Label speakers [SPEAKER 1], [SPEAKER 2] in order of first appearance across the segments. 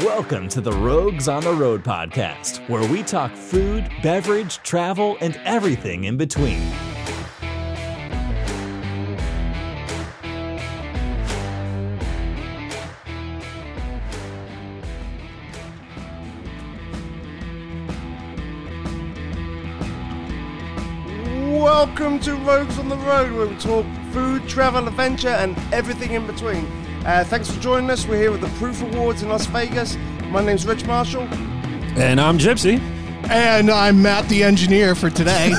[SPEAKER 1] Welcome to the Rogues on the Road podcast, where we talk food, beverage, travel, and everything in between.
[SPEAKER 2] Welcome to Rogues on the Road, where we talk food, travel, adventure, and everything in between. Uh, thanks for joining us. We're here at the Proof Awards in Las Vegas. My name's Rich Marshall.
[SPEAKER 3] And I'm Gypsy.
[SPEAKER 4] And I'm Matt the engineer for today.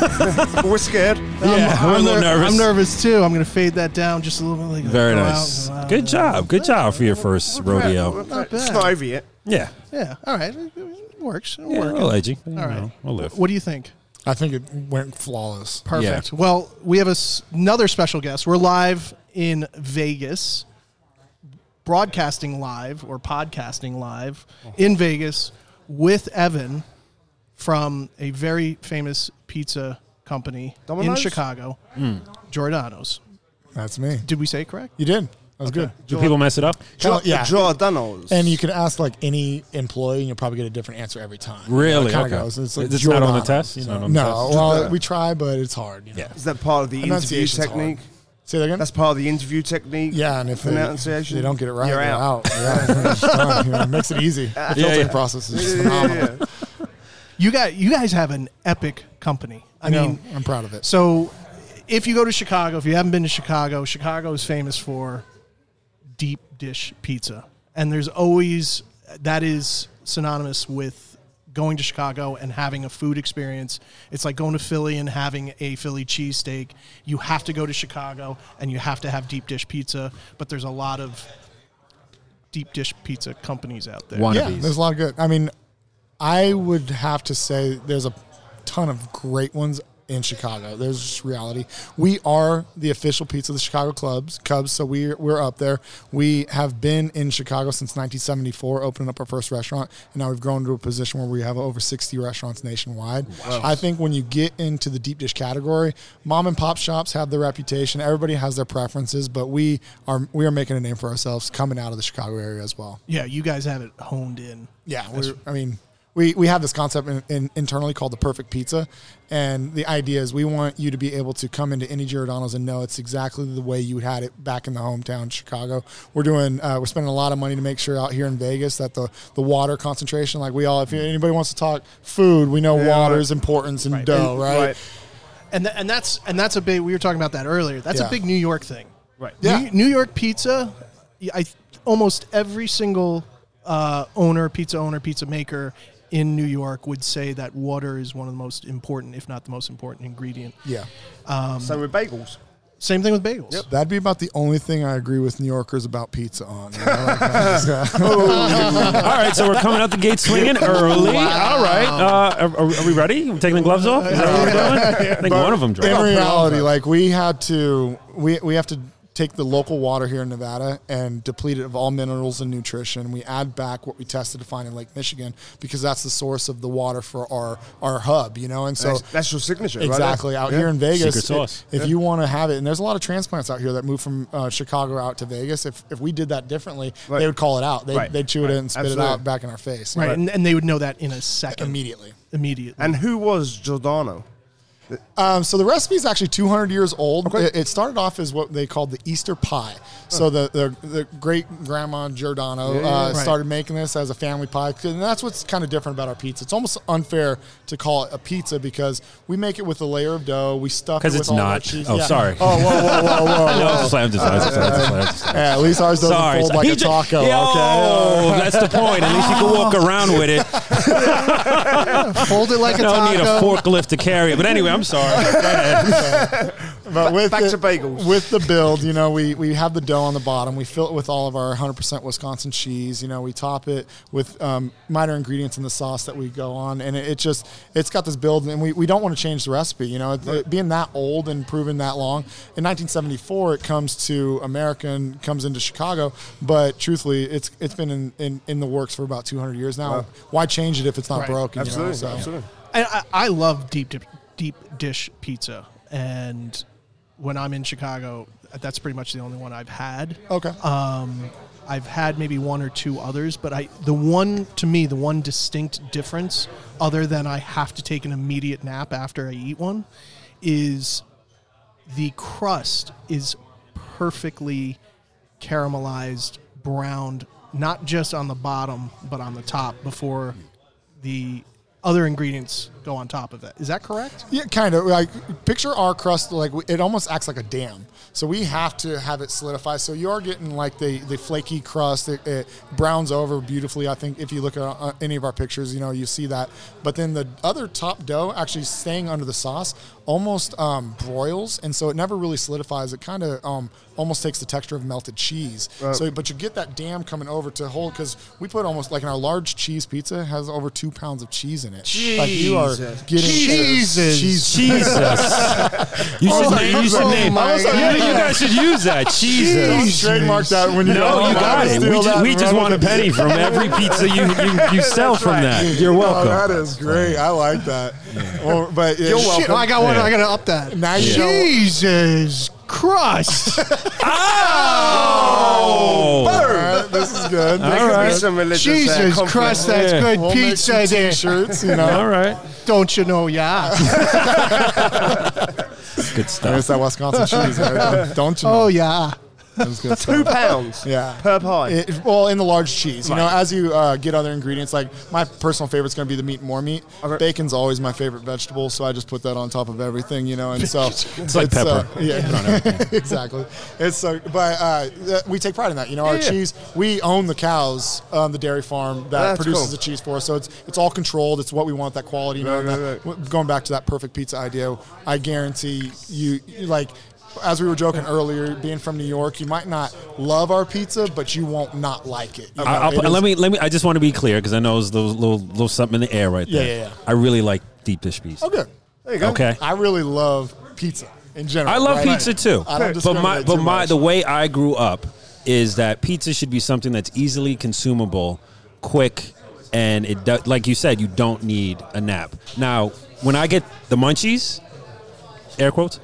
[SPEAKER 2] We're scared.
[SPEAKER 3] Yeah,
[SPEAKER 4] I'm,
[SPEAKER 3] we're a
[SPEAKER 4] I'm
[SPEAKER 3] little nervous.
[SPEAKER 4] I'm nervous too. I'm going to fade that down just a little bit. Like,
[SPEAKER 3] Very
[SPEAKER 4] go out,
[SPEAKER 3] nice.
[SPEAKER 4] go out.
[SPEAKER 3] Good job. Good job for your first rodeo.
[SPEAKER 4] Not
[SPEAKER 2] It's
[SPEAKER 4] bad.
[SPEAKER 2] not over yet.
[SPEAKER 3] Yeah.
[SPEAKER 4] Yeah. All right. It it works. It'll
[SPEAKER 3] Yeah, a
[SPEAKER 4] work.
[SPEAKER 3] little edgy.
[SPEAKER 4] All right.
[SPEAKER 3] We'll live.
[SPEAKER 4] What do you think?
[SPEAKER 5] I think it went flawless.
[SPEAKER 4] Perfect. Well, we have a s- another special guest. We're live in Vegas, broadcasting live or podcasting live in Vegas with Evan from a very famous pizza company in
[SPEAKER 2] Domino's?
[SPEAKER 4] Chicago,
[SPEAKER 3] Hmm.
[SPEAKER 4] Giordano's.
[SPEAKER 5] That's me.
[SPEAKER 4] Did we say it correct?
[SPEAKER 5] You did. That was good.
[SPEAKER 3] Do people mess it up?
[SPEAKER 5] Kinda- yeah.
[SPEAKER 2] Giordano's.
[SPEAKER 5] And you can ask like any employee, and you'll probably get a different answer every time.
[SPEAKER 3] Really?
[SPEAKER 5] It kinda
[SPEAKER 3] Okay.
[SPEAKER 5] goes. It's, like
[SPEAKER 3] It's not on the
[SPEAKER 5] Giordano's,
[SPEAKER 3] test?
[SPEAKER 5] You
[SPEAKER 3] It's
[SPEAKER 5] know?
[SPEAKER 3] not on the
[SPEAKER 5] no.
[SPEAKER 3] test?
[SPEAKER 5] Well,
[SPEAKER 2] Yeah.
[SPEAKER 5] we try, but it's hard. You know?
[SPEAKER 3] Yeah.
[SPEAKER 2] Is that part of the interview
[SPEAKER 5] Pronunciation's hard.
[SPEAKER 2] technique?
[SPEAKER 5] Say that again.
[SPEAKER 2] That's part of the interview technique.
[SPEAKER 5] yeah, and if they, if
[SPEAKER 2] pronunciation.
[SPEAKER 5] they don't get it right,
[SPEAKER 2] You're
[SPEAKER 5] they're
[SPEAKER 2] out.
[SPEAKER 5] out. Yeah, it's fine, you know, it makes it easy. The filtering
[SPEAKER 3] yeah.
[SPEAKER 5] process is just
[SPEAKER 2] Yeah, yeah,
[SPEAKER 5] phenomenal.
[SPEAKER 2] yeah, yeah.
[SPEAKER 4] You got you guys have an epic company. I
[SPEAKER 5] I know.
[SPEAKER 4] mean,
[SPEAKER 5] I'm proud of it.
[SPEAKER 4] so if you go to Chicago, if you haven't been to Chicago, Chicago is famous for deep dish pizza, and there's always that is synonymous with going to Chicago and having a food experience. It's like going to Philly and having a Philly cheesesteak. You have to go to Chicago and you have to have deep dish pizza, but there's a lot of deep dish pizza companies out there.
[SPEAKER 5] Yeah, there's a lot of good. I mean, I would have to say there's a ton of great ones in Chicago. There's just reality. We are the official pizza of the Chicago Clubs Cubs, so we're we're up there. We have been in Chicago since 1974, opening up our first restaurant, and now we've grown to a position where we have over 60 restaurants nationwide. I think when you get into the deep dish category, mom and pop shops have their reputation. Everybody has their preferences, but we are we are making a name for ourselves coming out of the Chicago area as well.
[SPEAKER 4] Yeah, you guys have it honed in.
[SPEAKER 5] Yeah, we're, I mean, we, we have this concept in, in, internally called the perfect pizza, and the idea is we want you to be able to come into any Giordano's and know it's exactly the way you had it back in the hometown Chicago. We're doing uh, we're spending a lot of money to make sure out here in Vegas that the the water concentration, like we all, if anybody wants to talk food, we know water is importance and dough, right?
[SPEAKER 2] Right.
[SPEAKER 4] and th- and that's and that's a big. We were talking about that earlier. That's a
[SPEAKER 5] Yeah.
[SPEAKER 4] big New York thing.
[SPEAKER 2] Right.
[SPEAKER 5] Yeah.
[SPEAKER 4] New, New York pizza. y- I almost every single uh, owner, pizza owner, pizza maker in New York would say that water is one of the most important, if not the most important ingredient.
[SPEAKER 5] Yeah, Um,
[SPEAKER 2] So with bagels.
[SPEAKER 4] Same thing with bagels.
[SPEAKER 5] that'd be about the only thing I agree with New Yorkers about pizza on. you know, like, uh,
[SPEAKER 3] All right, so we're coming out the gate swinging early. All right. Uh, are, are we ready? We're taking the gloves off? Is that what we're doing? I think one of them
[SPEAKER 5] in
[SPEAKER 3] dropped.
[SPEAKER 5] reality, like we had to, we, we have to take the local water here in Nevada and deplete it of all minerals and nutrition. We add back what we tested to find in Lake Michigan because that's the source of the water for our our hub, you know. And so
[SPEAKER 2] That's, that's your signature, right?
[SPEAKER 5] Exactly. Out here in Vegas,
[SPEAKER 3] Secret
[SPEAKER 5] it-
[SPEAKER 3] sauce.
[SPEAKER 5] if you want to have it, and there's a lot of transplants out here that move from uh, Chicago out to Vegas. If, if we did that differently,
[SPEAKER 2] Right.
[SPEAKER 5] they would call it out. They
[SPEAKER 2] Right.
[SPEAKER 5] would they'd chew
[SPEAKER 2] Right.
[SPEAKER 5] it in and spit
[SPEAKER 2] Absolutely.
[SPEAKER 5] it out back in our face.
[SPEAKER 4] Right. And, and they would know that in a second.
[SPEAKER 5] Immediately.
[SPEAKER 4] Immediately.
[SPEAKER 2] And who was Giordano?
[SPEAKER 5] Um, so the recipe is actually 200 years old. It, it started off as what they called the Easter pie. So the the, the great grandma Giordano uh, started making this as a family pie, and that's what's kind of different about our pizza. It's almost unfair to call it a pizza because we make it with a layer of dough. We stuff it
[SPEAKER 3] 'Cause
[SPEAKER 5] with
[SPEAKER 3] it's
[SPEAKER 5] all of our
[SPEAKER 3] not.
[SPEAKER 5] cheese.
[SPEAKER 3] Oh, sorry.
[SPEAKER 5] Oh, whoa, whoa, whoa, whoa.
[SPEAKER 3] No, it's just slammed his eyes. it's slammed his eyes, it's slammed his eyes.
[SPEAKER 5] Yeah, at least ours doesn't
[SPEAKER 3] Sorry.
[SPEAKER 5] fold like
[SPEAKER 3] He
[SPEAKER 5] a
[SPEAKER 3] ju-
[SPEAKER 5] taco.
[SPEAKER 3] Yo,
[SPEAKER 5] Okay.
[SPEAKER 3] that's the point. At least you can walk around with it.
[SPEAKER 4] Fold it like a
[SPEAKER 3] Don't need a
[SPEAKER 4] taco.
[SPEAKER 3] forklift to carry it. But anyway, I'm sorry.
[SPEAKER 5] But with
[SPEAKER 2] back
[SPEAKER 5] the,
[SPEAKER 2] to bagels.
[SPEAKER 5] With the build, you know, we, we have the dough on the bottom. We fill it with all of our 100% Wisconsin cheese. You know, we top it with um, minor ingredients in the sauce that we go on, and it, it just it's got this build, and we, we don't want to change the recipe. You know, it, it being that old and proven that long. In 1974, it comes to America and comes into Chicago, but truthfully, it's it's been in, in, in the works for about 200 years now. Why change it if it's not broken? you know?
[SPEAKER 2] Absolutely.
[SPEAKER 5] So-
[SPEAKER 2] Absolutely.
[SPEAKER 4] And I, I love deep dip, deep dish pizza, and when I'm in Chicago, that's pretty much the only one I've had.
[SPEAKER 5] Okay.
[SPEAKER 4] Um, I've had maybe one or two others, but I the one to me the one distinct difference, other than I have to take an immediate nap after I eat one, is the crust is perfectly caramelized, browned, not just on the bottom but on the top before the other ingredients go on top of it. Is that correct?
[SPEAKER 5] Yeah, kind of. Like picture our crust, like it almost acts like a dam. So we have to have it solidify. So you are getting like the the flaky crust. It, it browns over beautifully. I think if you look at uh, any of our pictures, you know you see that. But then the other top dough actually staying under the sauce almost um, broils, and so it never really solidifies. It kind of um, almost takes the texture of melted cheese. So, but you get that dam coming over to hold because we put almost like in our large cheese pizza has over two pounds of cheese in it. Like you are
[SPEAKER 2] Jesus.
[SPEAKER 5] getting
[SPEAKER 2] Jesus.
[SPEAKER 5] cheese
[SPEAKER 3] Jesus. you should name. You should
[SPEAKER 2] oh
[SPEAKER 3] name.
[SPEAKER 2] my
[SPEAKER 3] You, you guys should use that. Jesus.
[SPEAKER 5] trademark that when you
[SPEAKER 3] No, you got it. We, ju- we just want a penny from every pizza you, you, you sell from that. You're welcome.
[SPEAKER 5] that is great. I like that. Well, but yeah,
[SPEAKER 2] You're
[SPEAKER 5] shit,
[SPEAKER 2] welcome.
[SPEAKER 5] I got one. I
[SPEAKER 4] gotta up that.
[SPEAKER 5] got now you know.
[SPEAKER 4] Jesus Christ!
[SPEAKER 3] oh!
[SPEAKER 5] All right, this is good.
[SPEAKER 3] All
[SPEAKER 2] Be
[SPEAKER 3] right.
[SPEAKER 2] some religious uh,
[SPEAKER 4] Jesus
[SPEAKER 2] conflict.
[SPEAKER 4] Christ, that's
[SPEAKER 3] Yeah.
[SPEAKER 4] good
[SPEAKER 5] We'll make
[SPEAKER 4] pizza
[SPEAKER 5] some
[SPEAKER 4] there.
[SPEAKER 5] T-shirts, you know.
[SPEAKER 3] All right.
[SPEAKER 4] Don't you know? Yeah.
[SPEAKER 3] Good
[SPEAKER 5] There's
[SPEAKER 3] stuff.
[SPEAKER 5] that Wisconsin cheese. Right? Don't you? Know?
[SPEAKER 4] Oh yeah.
[SPEAKER 5] That's good
[SPEAKER 2] Two
[SPEAKER 5] stuff.
[SPEAKER 2] pounds
[SPEAKER 5] Yeah.
[SPEAKER 2] per pie.
[SPEAKER 5] It, well, in the large cheese, you know, as you uh, get other ingredients, like my personal favorite's going to be the meat, and more meat. Bacon's always my favorite vegetable, so I just put that on top of everything, you know, and so it's
[SPEAKER 3] like
[SPEAKER 5] uh,
[SPEAKER 3] pepper.
[SPEAKER 5] yeah, exactly. It's so, but uh, th- we take pride in that, you know. Our
[SPEAKER 2] Yeah, yeah.
[SPEAKER 5] cheese, we own the cows on the dairy farm that
[SPEAKER 2] That's
[SPEAKER 5] produces
[SPEAKER 2] cool.
[SPEAKER 5] the cheese for us, so it's it's all controlled. It's what we want, that quality, you know.
[SPEAKER 2] Right,
[SPEAKER 5] and
[SPEAKER 2] right,
[SPEAKER 5] that-
[SPEAKER 2] right.
[SPEAKER 5] w- going back to that perfect pizza idea, I guarantee you, you like. As we were joking earlier, being from New York, you might not love our pizza, but you won't not like it.
[SPEAKER 3] I,
[SPEAKER 5] you know?
[SPEAKER 3] I'll,
[SPEAKER 5] It
[SPEAKER 3] put-
[SPEAKER 5] is-
[SPEAKER 3] let me let me. I just want to be clear because I know there's little, little little something in the air right
[SPEAKER 5] Yeah,
[SPEAKER 3] there.
[SPEAKER 5] yeah, yeah.
[SPEAKER 3] I really like deep dish pizza.
[SPEAKER 5] Oh, good.
[SPEAKER 2] There you go.
[SPEAKER 3] okay.
[SPEAKER 5] I really love pizza in general.
[SPEAKER 3] I love
[SPEAKER 5] right?
[SPEAKER 3] pizza too.
[SPEAKER 5] I don't
[SPEAKER 3] but my
[SPEAKER 5] discriminate
[SPEAKER 3] but
[SPEAKER 5] too
[SPEAKER 3] my
[SPEAKER 5] much.
[SPEAKER 3] the way I grew up is that pizza should be something that's easily consumable, quick, and it do, like you said, you don't need a nap. Now, when I get the munchies, air quotes,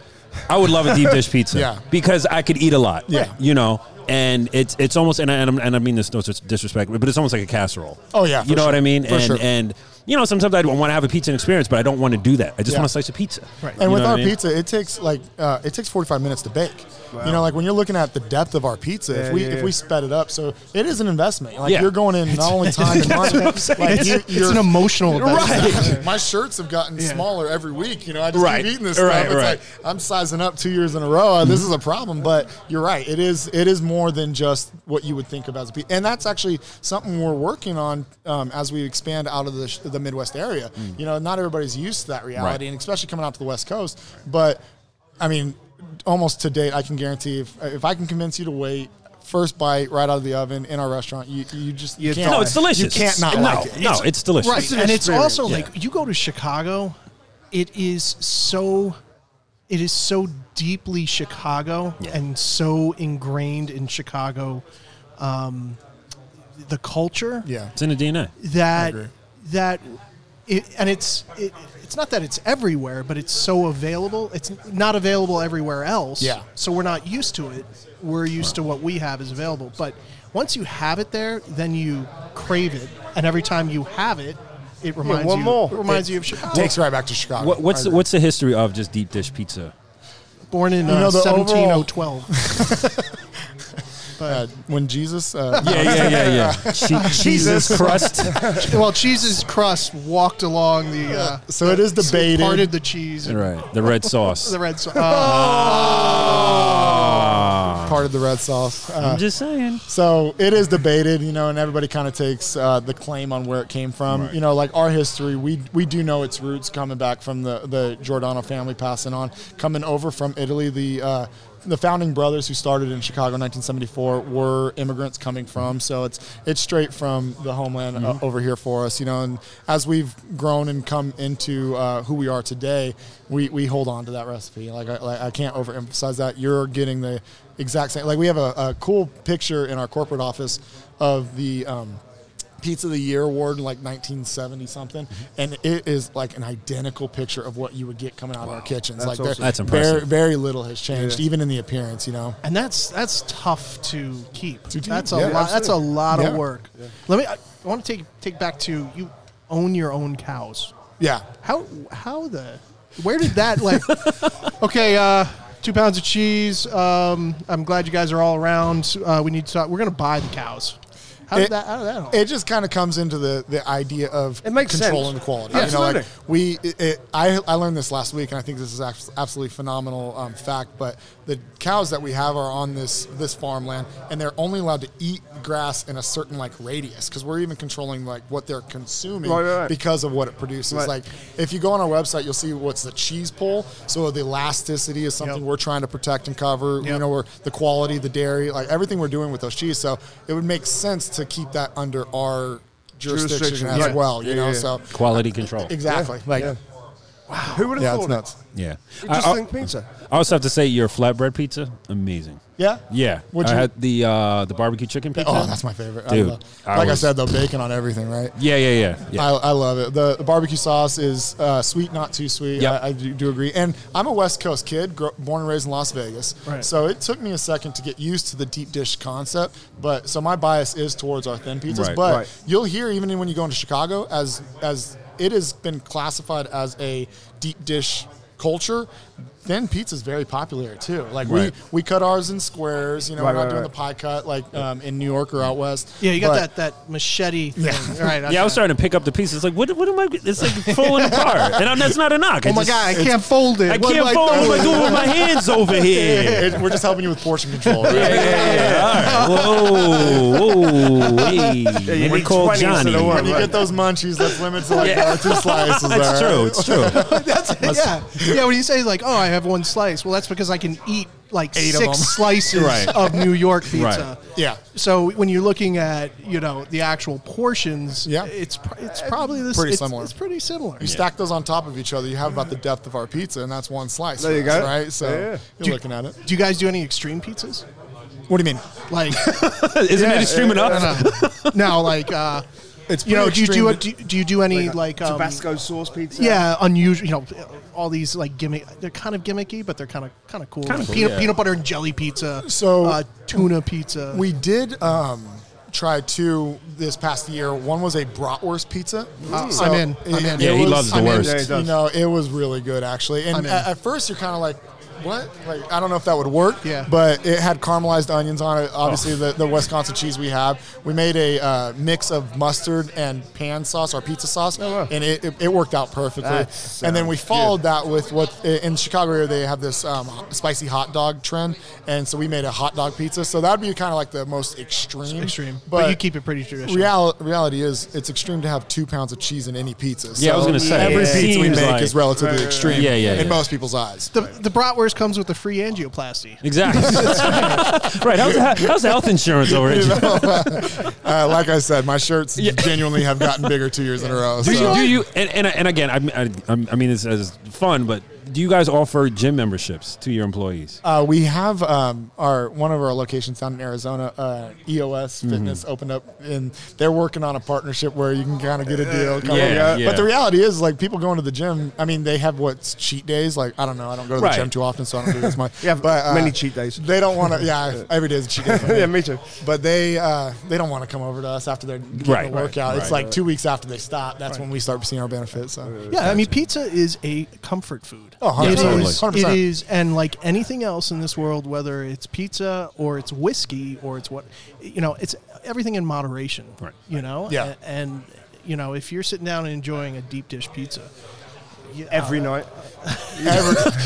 [SPEAKER 3] I would love a deep dish pizza.
[SPEAKER 5] Yeah.
[SPEAKER 3] Because I could eat a lot.
[SPEAKER 5] Yeah.
[SPEAKER 3] You know. And it's it's almost and I, and I'm- and I mean this no disrespect, but it's almost like a casserole.
[SPEAKER 5] Oh, yeah, for
[SPEAKER 3] you know what
[SPEAKER 5] sure.
[SPEAKER 3] I mean.
[SPEAKER 5] For
[SPEAKER 3] and
[SPEAKER 5] sure.
[SPEAKER 3] and you know sometimes I want to have a pizza and experience, but I don't want to do that. I just
[SPEAKER 5] Yeah.
[SPEAKER 3] want a slice of pizza. Right.
[SPEAKER 5] And with our pizza, it takes like uh, it takes 45 minutes to bake. You know, like when you're looking at the depth of our pizza,
[SPEAKER 2] Yeah,
[SPEAKER 5] if we
[SPEAKER 2] yeah,
[SPEAKER 5] if
[SPEAKER 2] yeah.
[SPEAKER 5] we sped it up, so it is an investment. Like
[SPEAKER 3] Yeah.
[SPEAKER 5] you're going in not only time and money, like
[SPEAKER 4] It's,
[SPEAKER 5] you-
[SPEAKER 4] it's an emotional event.
[SPEAKER 5] Right. My shirts have gotten smaller every week. You know, I just
[SPEAKER 3] Right.
[SPEAKER 5] keep eating this
[SPEAKER 3] Right,
[SPEAKER 5] stuff. It's
[SPEAKER 3] right.
[SPEAKER 5] like I'm sizing up two years in a row. This is a problem, but you're right. It is. It is more than just what you would think of as a pizza, and that's actually something we're working on um, as we expand out of the, sh- the Midwest area. You know, not everybody's used to that reality,
[SPEAKER 3] Mm. Right.
[SPEAKER 5] and especially coming out to the West Coast. But I mean, almost to date, I can guarantee if if I can convince you to wait. First bite right out of the oven in our restaurant. You, you just you
[SPEAKER 2] You'd
[SPEAKER 5] can't.
[SPEAKER 3] No, it's delicious.
[SPEAKER 5] You can't not
[SPEAKER 3] no,
[SPEAKER 5] like it.
[SPEAKER 3] No, it's, delicious.
[SPEAKER 4] Right.
[SPEAKER 2] It's an
[SPEAKER 4] and it's
[SPEAKER 2] experience,
[SPEAKER 4] also
[SPEAKER 3] yeah.
[SPEAKER 4] like you go to Chicago, it is so it is so deeply Chicago
[SPEAKER 3] Yeah.
[SPEAKER 4] and so ingrained in Chicago um, the culture
[SPEAKER 5] Yeah.
[SPEAKER 3] It's in the DNA.
[SPEAKER 4] that
[SPEAKER 5] agree.
[SPEAKER 4] that it, and it's it, it's not that it's everywhere, but it's so available. It's not available everywhere else.
[SPEAKER 5] Yeah.
[SPEAKER 4] So we're not used to it. We're used to what we have is available. But once you have it there, then you crave it, and every time you have it, it reminds
[SPEAKER 2] one
[SPEAKER 4] you.
[SPEAKER 2] more.
[SPEAKER 4] It reminds you of Chicago.
[SPEAKER 5] Takes right back to Chicago.
[SPEAKER 3] What, what's
[SPEAKER 5] I agree.
[SPEAKER 3] what's the history of just deep dish pizza?
[SPEAKER 4] born in
[SPEAKER 5] know,
[SPEAKER 4] uh,
[SPEAKER 5] the overall-
[SPEAKER 4] 17012.
[SPEAKER 5] Uh, when Jesus, uh,
[SPEAKER 3] Yeah, yeah, yeah, yeah. Jesus crust.
[SPEAKER 4] well, cheese's crust walked along the. Uh,
[SPEAKER 5] so it is debated.
[SPEAKER 4] Parted the cheese and
[SPEAKER 3] right, the red sauce.
[SPEAKER 4] the red sauce. Oh,
[SPEAKER 5] part of the red sauce. Uh,
[SPEAKER 3] I'm just saying.
[SPEAKER 5] so it is debated, you know, and everybody kind of takes uh, the claim on where it came from. You know, like our history, we we do know its roots coming back from the the Giordano family passing on, coming over from Italy. The uh, the founding brothers who started in Chicago in 1974 were immigrants coming from, so it's it's straight from the homeland uh, over here for us, you know. And as we've grown and come into uh, who we are today, we, we hold on to that recipe. Like I, like I can't overemphasize that. You're getting the exact same. Like we have a, a cool picture in our corporate office of the um, Pizza of the Year award in like 1970 something, and it is like an identical picture of what you would get coming out of our kitchens.
[SPEAKER 2] That's
[SPEAKER 5] like there-
[SPEAKER 2] awesome.
[SPEAKER 3] That's
[SPEAKER 5] Very,
[SPEAKER 3] impressive.
[SPEAKER 5] very little has changed,
[SPEAKER 2] Yeah.
[SPEAKER 5] even in the appearance. You know,
[SPEAKER 4] and that's that's tough to keep.
[SPEAKER 5] keep,
[SPEAKER 4] That's a
[SPEAKER 5] yeah,
[SPEAKER 4] lot. That's a
[SPEAKER 5] absolutely.
[SPEAKER 4] lot of
[SPEAKER 5] Yeah.
[SPEAKER 4] work. Let me. I, I want to take take back to you own your own cows.
[SPEAKER 5] yeah.
[SPEAKER 4] How how the where did that like? okay, uh, two pounds of cheese. Um, I'm glad you guys are all around. Uh, we need to. Talk, we're gonna buy the cows. How did
[SPEAKER 5] It-
[SPEAKER 4] that? How did that? All?
[SPEAKER 5] It just kind of comes into the, the idea of
[SPEAKER 2] It makes
[SPEAKER 5] controlling
[SPEAKER 2] sense.
[SPEAKER 5] the quality.
[SPEAKER 2] Yeah,
[SPEAKER 5] you know, like
[SPEAKER 2] absolutely.
[SPEAKER 5] we, it, it, I, I learned this last week, and I think this is abs- absolutely phenomenal um, fact. But the cows that we have are on this this farmland, and they're only allowed to eat grass in a certain like radius because we're even controlling like what they're consuming
[SPEAKER 2] Right, right, right.
[SPEAKER 5] because of what it produces.
[SPEAKER 2] Right.
[SPEAKER 5] Like if you go on our website, you'll see what's the cheese pull. So the elasticity is something
[SPEAKER 4] Yep.
[SPEAKER 5] we're trying to protect and cover. You
[SPEAKER 4] Yep.
[SPEAKER 5] know, we're the quality, the dairy, like everything we're doing with those cheese. So it would make sense to keep that under our jurisdiction,
[SPEAKER 2] Jurisdiction,
[SPEAKER 5] as
[SPEAKER 2] yeah.
[SPEAKER 5] well. You
[SPEAKER 2] Yeah,
[SPEAKER 5] know,
[SPEAKER 2] yeah.
[SPEAKER 5] so
[SPEAKER 3] Quality control.
[SPEAKER 5] exactly. Like, yeah,
[SPEAKER 2] Who would have
[SPEAKER 5] it's
[SPEAKER 2] thought it?
[SPEAKER 5] nuts.
[SPEAKER 3] Yeah. I,
[SPEAKER 2] Just
[SPEAKER 3] I-
[SPEAKER 2] think pizza.
[SPEAKER 3] I also have to say your flatbread pizza, amazing.
[SPEAKER 5] Yeah,
[SPEAKER 3] Yeah.
[SPEAKER 5] Would
[SPEAKER 3] I
[SPEAKER 5] you?
[SPEAKER 3] had the uh, the barbecue chicken pizza.
[SPEAKER 5] oh, that's my favorite.
[SPEAKER 3] Dude,
[SPEAKER 5] I love,
[SPEAKER 3] I
[SPEAKER 5] like I
[SPEAKER 3] was-
[SPEAKER 5] said, though, bacon on everything, right?
[SPEAKER 3] Yeah, yeah, yeah. yeah.
[SPEAKER 5] I, I love it. The, the barbecue sauce is uh, sweet, not too sweet.
[SPEAKER 3] Yep.
[SPEAKER 5] I, I do, do agree. And I'm a West Coast kid, gro- born and raised in Las Vegas.
[SPEAKER 4] Right.
[SPEAKER 5] So it took me a second to get used to the deep dish concept. But so my bias is towards our thin pizzas.
[SPEAKER 3] Right,
[SPEAKER 5] but
[SPEAKER 2] right.
[SPEAKER 5] you'll hear even when you go into Chicago as as it has been classified as a deep dish culture. Thin pizza is very popular too. Like
[SPEAKER 3] Right.
[SPEAKER 5] we, we cut ours in squares. You know,
[SPEAKER 2] Right,
[SPEAKER 5] we're not
[SPEAKER 2] right,
[SPEAKER 5] doing
[SPEAKER 2] right.
[SPEAKER 5] the pie cut like um, in New York or out west.
[SPEAKER 4] yeah, you got
[SPEAKER 5] But-
[SPEAKER 4] that that machete thing. Yeah. All right.
[SPEAKER 3] yeah, I was
[SPEAKER 4] okay.
[SPEAKER 3] starting to pick up the pieces. Like, what? What am I? It's like falling apart, and I'm, that's not a knock.
[SPEAKER 4] Oh my god, I can't fold it.
[SPEAKER 3] I
[SPEAKER 4] What
[SPEAKER 3] can't
[SPEAKER 4] am
[SPEAKER 3] fold. What am I
[SPEAKER 4] doing?
[SPEAKER 3] doing with my hands over here?
[SPEAKER 5] It- we're just helping you with portion control. Right?
[SPEAKER 3] All right. Whoa, whoa, hey.
[SPEAKER 2] you
[SPEAKER 3] Maybe
[SPEAKER 2] need
[SPEAKER 3] call
[SPEAKER 2] 20 instead
[SPEAKER 3] Johnny.
[SPEAKER 2] of one.
[SPEAKER 5] When you
[SPEAKER 2] Right.
[SPEAKER 5] get those munchies, let's limit to like uh, two slices.
[SPEAKER 3] It's
[SPEAKER 5] all right?
[SPEAKER 3] true. It's true.
[SPEAKER 4] yeah, yeah. When you say like, "Oh, I have one slice," well, that's because I can eat like
[SPEAKER 5] Eight of
[SPEAKER 4] six
[SPEAKER 5] them.
[SPEAKER 4] slices
[SPEAKER 3] Right.
[SPEAKER 4] of New York
[SPEAKER 3] Right.
[SPEAKER 4] pizza.
[SPEAKER 5] Yeah.
[SPEAKER 4] So when you're looking at you know the actual portions,
[SPEAKER 5] Yeah. Eh,
[SPEAKER 4] it's pr- it's probably this
[SPEAKER 5] Pretty
[SPEAKER 4] it's,
[SPEAKER 5] similar.
[SPEAKER 4] It's pretty similar.
[SPEAKER 5] You stack those on top of each other, you have about the depth of our pizza, and that's one slice.
[SPEAKER 2] There
[SPEAKER 5] for
[SPEAKER 2] you
[SPEAKER 5] us,
[SPEAKER 2] go.
[SPEAKER 5] Right? So
[SPEAKER 2] Yeah, yeah.
[SPEAKER 5] you're
[SPEAKER 4] Do-
[SPEAKER 5] looking at it.
[SPEAKER 4] Do you guys do any extreme pizzas?
[SPEAKER 5] What do you mean?
[SPEAKER 4] Like
[SPEAKER 3] Isn't it extreme enough?
[SPEAKER 4] now, like uh,
[SPEAKER 5] It's
[SPEAKER 4] you know, do you do,
[SPEAKER 5] it?
[SPEAKER 4] do you- do you do any
[SPEAKER 5] uh,
[SPEAKER 4] like, um,
[SPEAKER 2] Tabasco sauce pizza.
[SPEAKER 4] Yeah, unusual. You know, all these like gimmick. They're kind of gimmicky, but they're kind of kind of cool. Like
[SPEAKER 3] cool,
[SPEAKER 4] peanut,
[SPEAKER 3] yeah.
[SPEAKER 4] peanut butter and jelly pizza.
[SPEAKER 5] So-
[SPEAKER 4] uh, tuna pizza.
[SPEAKER 5] We did um, try two this past year. One was a bratwurst pizza.
[SPEAKER 4] Uh, I'm in. I'm in.
[SPEAKER 3] Yeah,
[SPEAKER 5] it
[SPEAKER 3] he
[SPEAKER 5] was-
[SPEAKER 3] loves the
[SPEAKER 5] I'm in.
[SPEAKER 3] worst. Yeah,
[SPEAKER 2] he does.
[SPEAKER 5] You know, it was really good actually.
[SPEAKER 4] I'm
[SPEAKER 5] And
[SPEAKER 4] in.
[SPEAKER 5] at, at first, you're kind of like. What? Like, I don't know if that would work.
[SPEAKER 4] Yeah. Oh.
[SPEAKER 5] But it had caramelized onions on it. Obviously, the, the Wisconsin cheese we have. We made a uh, mix of mustard and pan sauce, our pizza sauce,
[SPEAKER 4] Oh,
[SPEAKER 2] wow.
[SPEAKER 5] and it, it, it worked out perfectly.
[SPEAKER 2] That
[SPEAKER 5] and then we
[SPEAKER 2] sounds
[SPEAKER 5] followed that with what in Chicago area they have this um, spicy hot dog trend, and so we made a hot dog pizza. So that'd be kind of like the most extreme.
[SPEAKER 4] extreme, but,
[SPEAKER 5] but,
[SPEAKER 4] you keep it pretty traditional.
[SPEAKER 5] Real, reality is, it's extreme to have two pounds of cheese in any pizza.
[SPEAKER 3] Yeah, I was
[SPEAKER 5] So
[SPEAKER 3] gonna say,
[SPEAKER 5] every
[SPEAKER 3] it
[SPEAKER 5] pizza we
[SPEAKER 3] seems
[SPEAKER 5] make
[SPEAKER 3] like-
[SPEAKER 5] is relatively extreme.
[SPEAKER 3] Yeah, yeah,
[SPEAKER 5] in
[SPEAKER 3] yeah.
[SPEAKER 5] most people's eyes.
[SPEAKER 4] The, the bratwurst comes with a free angioplasty.
[SPEAKER 3] Exactly. right. How's the, how's the health insurance over
[SPEAKER 5] You
[SPEAKER 3] here?
[SPEAKER 5] know? uh, like I said, my shirts genuinely have gotten bigger two years in a row.
[SPEAKER 3] Do
[SPEAKER 5] so-
[SPEAKER 3] you, do you and, and, and again, I, I, I'm- I mean, it's as fun, but do you guys offer gym memberships to your employees?
[SPEAKER 5] Uh, we have um, our one of our locations down in Arizona, uh, EOS Fitness, opened up, and they're working on a partnership where you can kind of get a deal. kinda-
[SPEAKER 3] Yeah, yeah.
[SPEAKER 5] But the reality is, like people going to the gym. I mean, they have what's cheat days. Like I don't know, I don't go to the
[SPEAKER 3] Right.
[SPEAKER 5] gym too often, so I don't do this much. uh,
[SPEAKER 2] Yeah, many cheat days.
[SPEAKER 5] They don't want to. Yeah, every day is a cheat day. for
[SPEAKER 2] Yeah, me too.
[SPEAKER 5] But they uh, they don't want to come over to us after their
[SPEAKER 3] Right,
[SPEAKER 5] right,
[SPEAKER 3] right,
[SPEAKER 5] workout. it's
[SPEAKER 3] right.
[SPEAKER 5] like two weeks after they stop. That's when we start seeing our benefits. So.
[SPEAKER 4] Yeah, I mean, pizza is a comfort food.
[SPEAKER 5] Oh, 100%.
[SPEAKER 4] It is-
[SPEAKER 5] Totally.
[SPEAKER 4] it
[SPEAKER 5] 100%.
[SPEAKER 4] is, and like anything else in this world, whether it's pizza or it's whiskey or it's what, you know, it's everything in moderation.
[SPEAKER 3] Right.
[SPEAKER 4] You know.
[SPEAKER 5] Yeah.
[SPEAKER 4] A- And, you know, if you're sitting down and enjoying a deep dish pizza, you-
[SPEAKER 2] Every
[SPEAKER 4] uh,
[SPEAKER 2] night.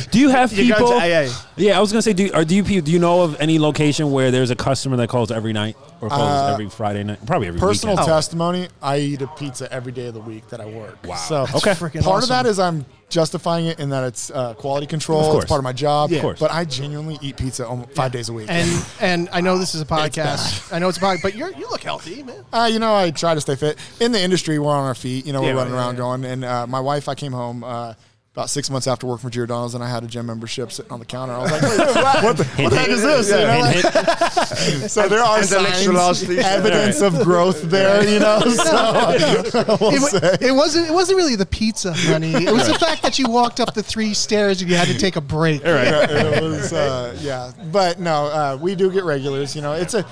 [SPEAKER 3] Do you have
[SPEAKER 2] You go to
[SPEAKER 3] people?
[SPEAKER 2] AA.
[SPEAKER 3] Yeah, I was gonna say, do you- or do you pe- do you know of any location where there's a customer that calls every night or calls
[SPEAKER 5] Uh,
[SPEAKER 3] every Friday night, probably every
[SPEAKER 5] personal
[SPEAKER 3] weekend? Oh.
[SPEAKER 5] testimony i eat a pizza every day of the week that i work
[SPEAKER 3] Wow.
[SPEAKER 5] so
[SPEAKER 3] Okay.
[SPEAKER 5] part
[SPEAKER 4] Freaking
[SPEAKER 5] of
[SPEAKER 4] awesome.
[SPEAKER 5] that is i'm justifying it in that it's uh, quality control
[SPEAKER 3] Of course.
[SPEAKER 5] it's part of my job
[SPEAKER 3] Yeah. Of course.
[SPEAKER 5] but i genuinely eat pizza almost five days a week
[SPEAKER 4] And and I know this is a podcast. I know it's a podcast, but you're you look healthy, man.
[SPEAKER 5] Uh, you know, I try to stay fit. In the industry, we're on our feet. You know,
[SPEAKER 2] Yeah,
[SPEAKER 5] we're running
[SPEAKER 2] right,
[SPEAKER 5] around
[SPEAKER 2] yeah,
[SPEAKER 5] going. And uh, my wife, I came home uh, about about six months after working for Giordano's, and I had a gym membership sitting on the counter. I was like, Wait, what, the, what the heck is this? You know, like-
[SPEAKER 3] Hint, hint.
[SPEAKER 5] so there are
[SPEAKER 2] And an
[SPEAKER 5] signs,
[SPEAKER 2] extra large t-shirt.
[SPEAKER 5] evidence of growth there, you know. So we'll
[SPEAKER 4] It, wa-
[SPEAKER 5] say.
[SPEAKER 4] it wasn't. It wasn't really the pizza, honey. It was the fact that you walked up the three stairs and you had to take a break.
[SPEAKER 5] it was, uh, yeah. But no, uh, we do get regulars. You know, it's a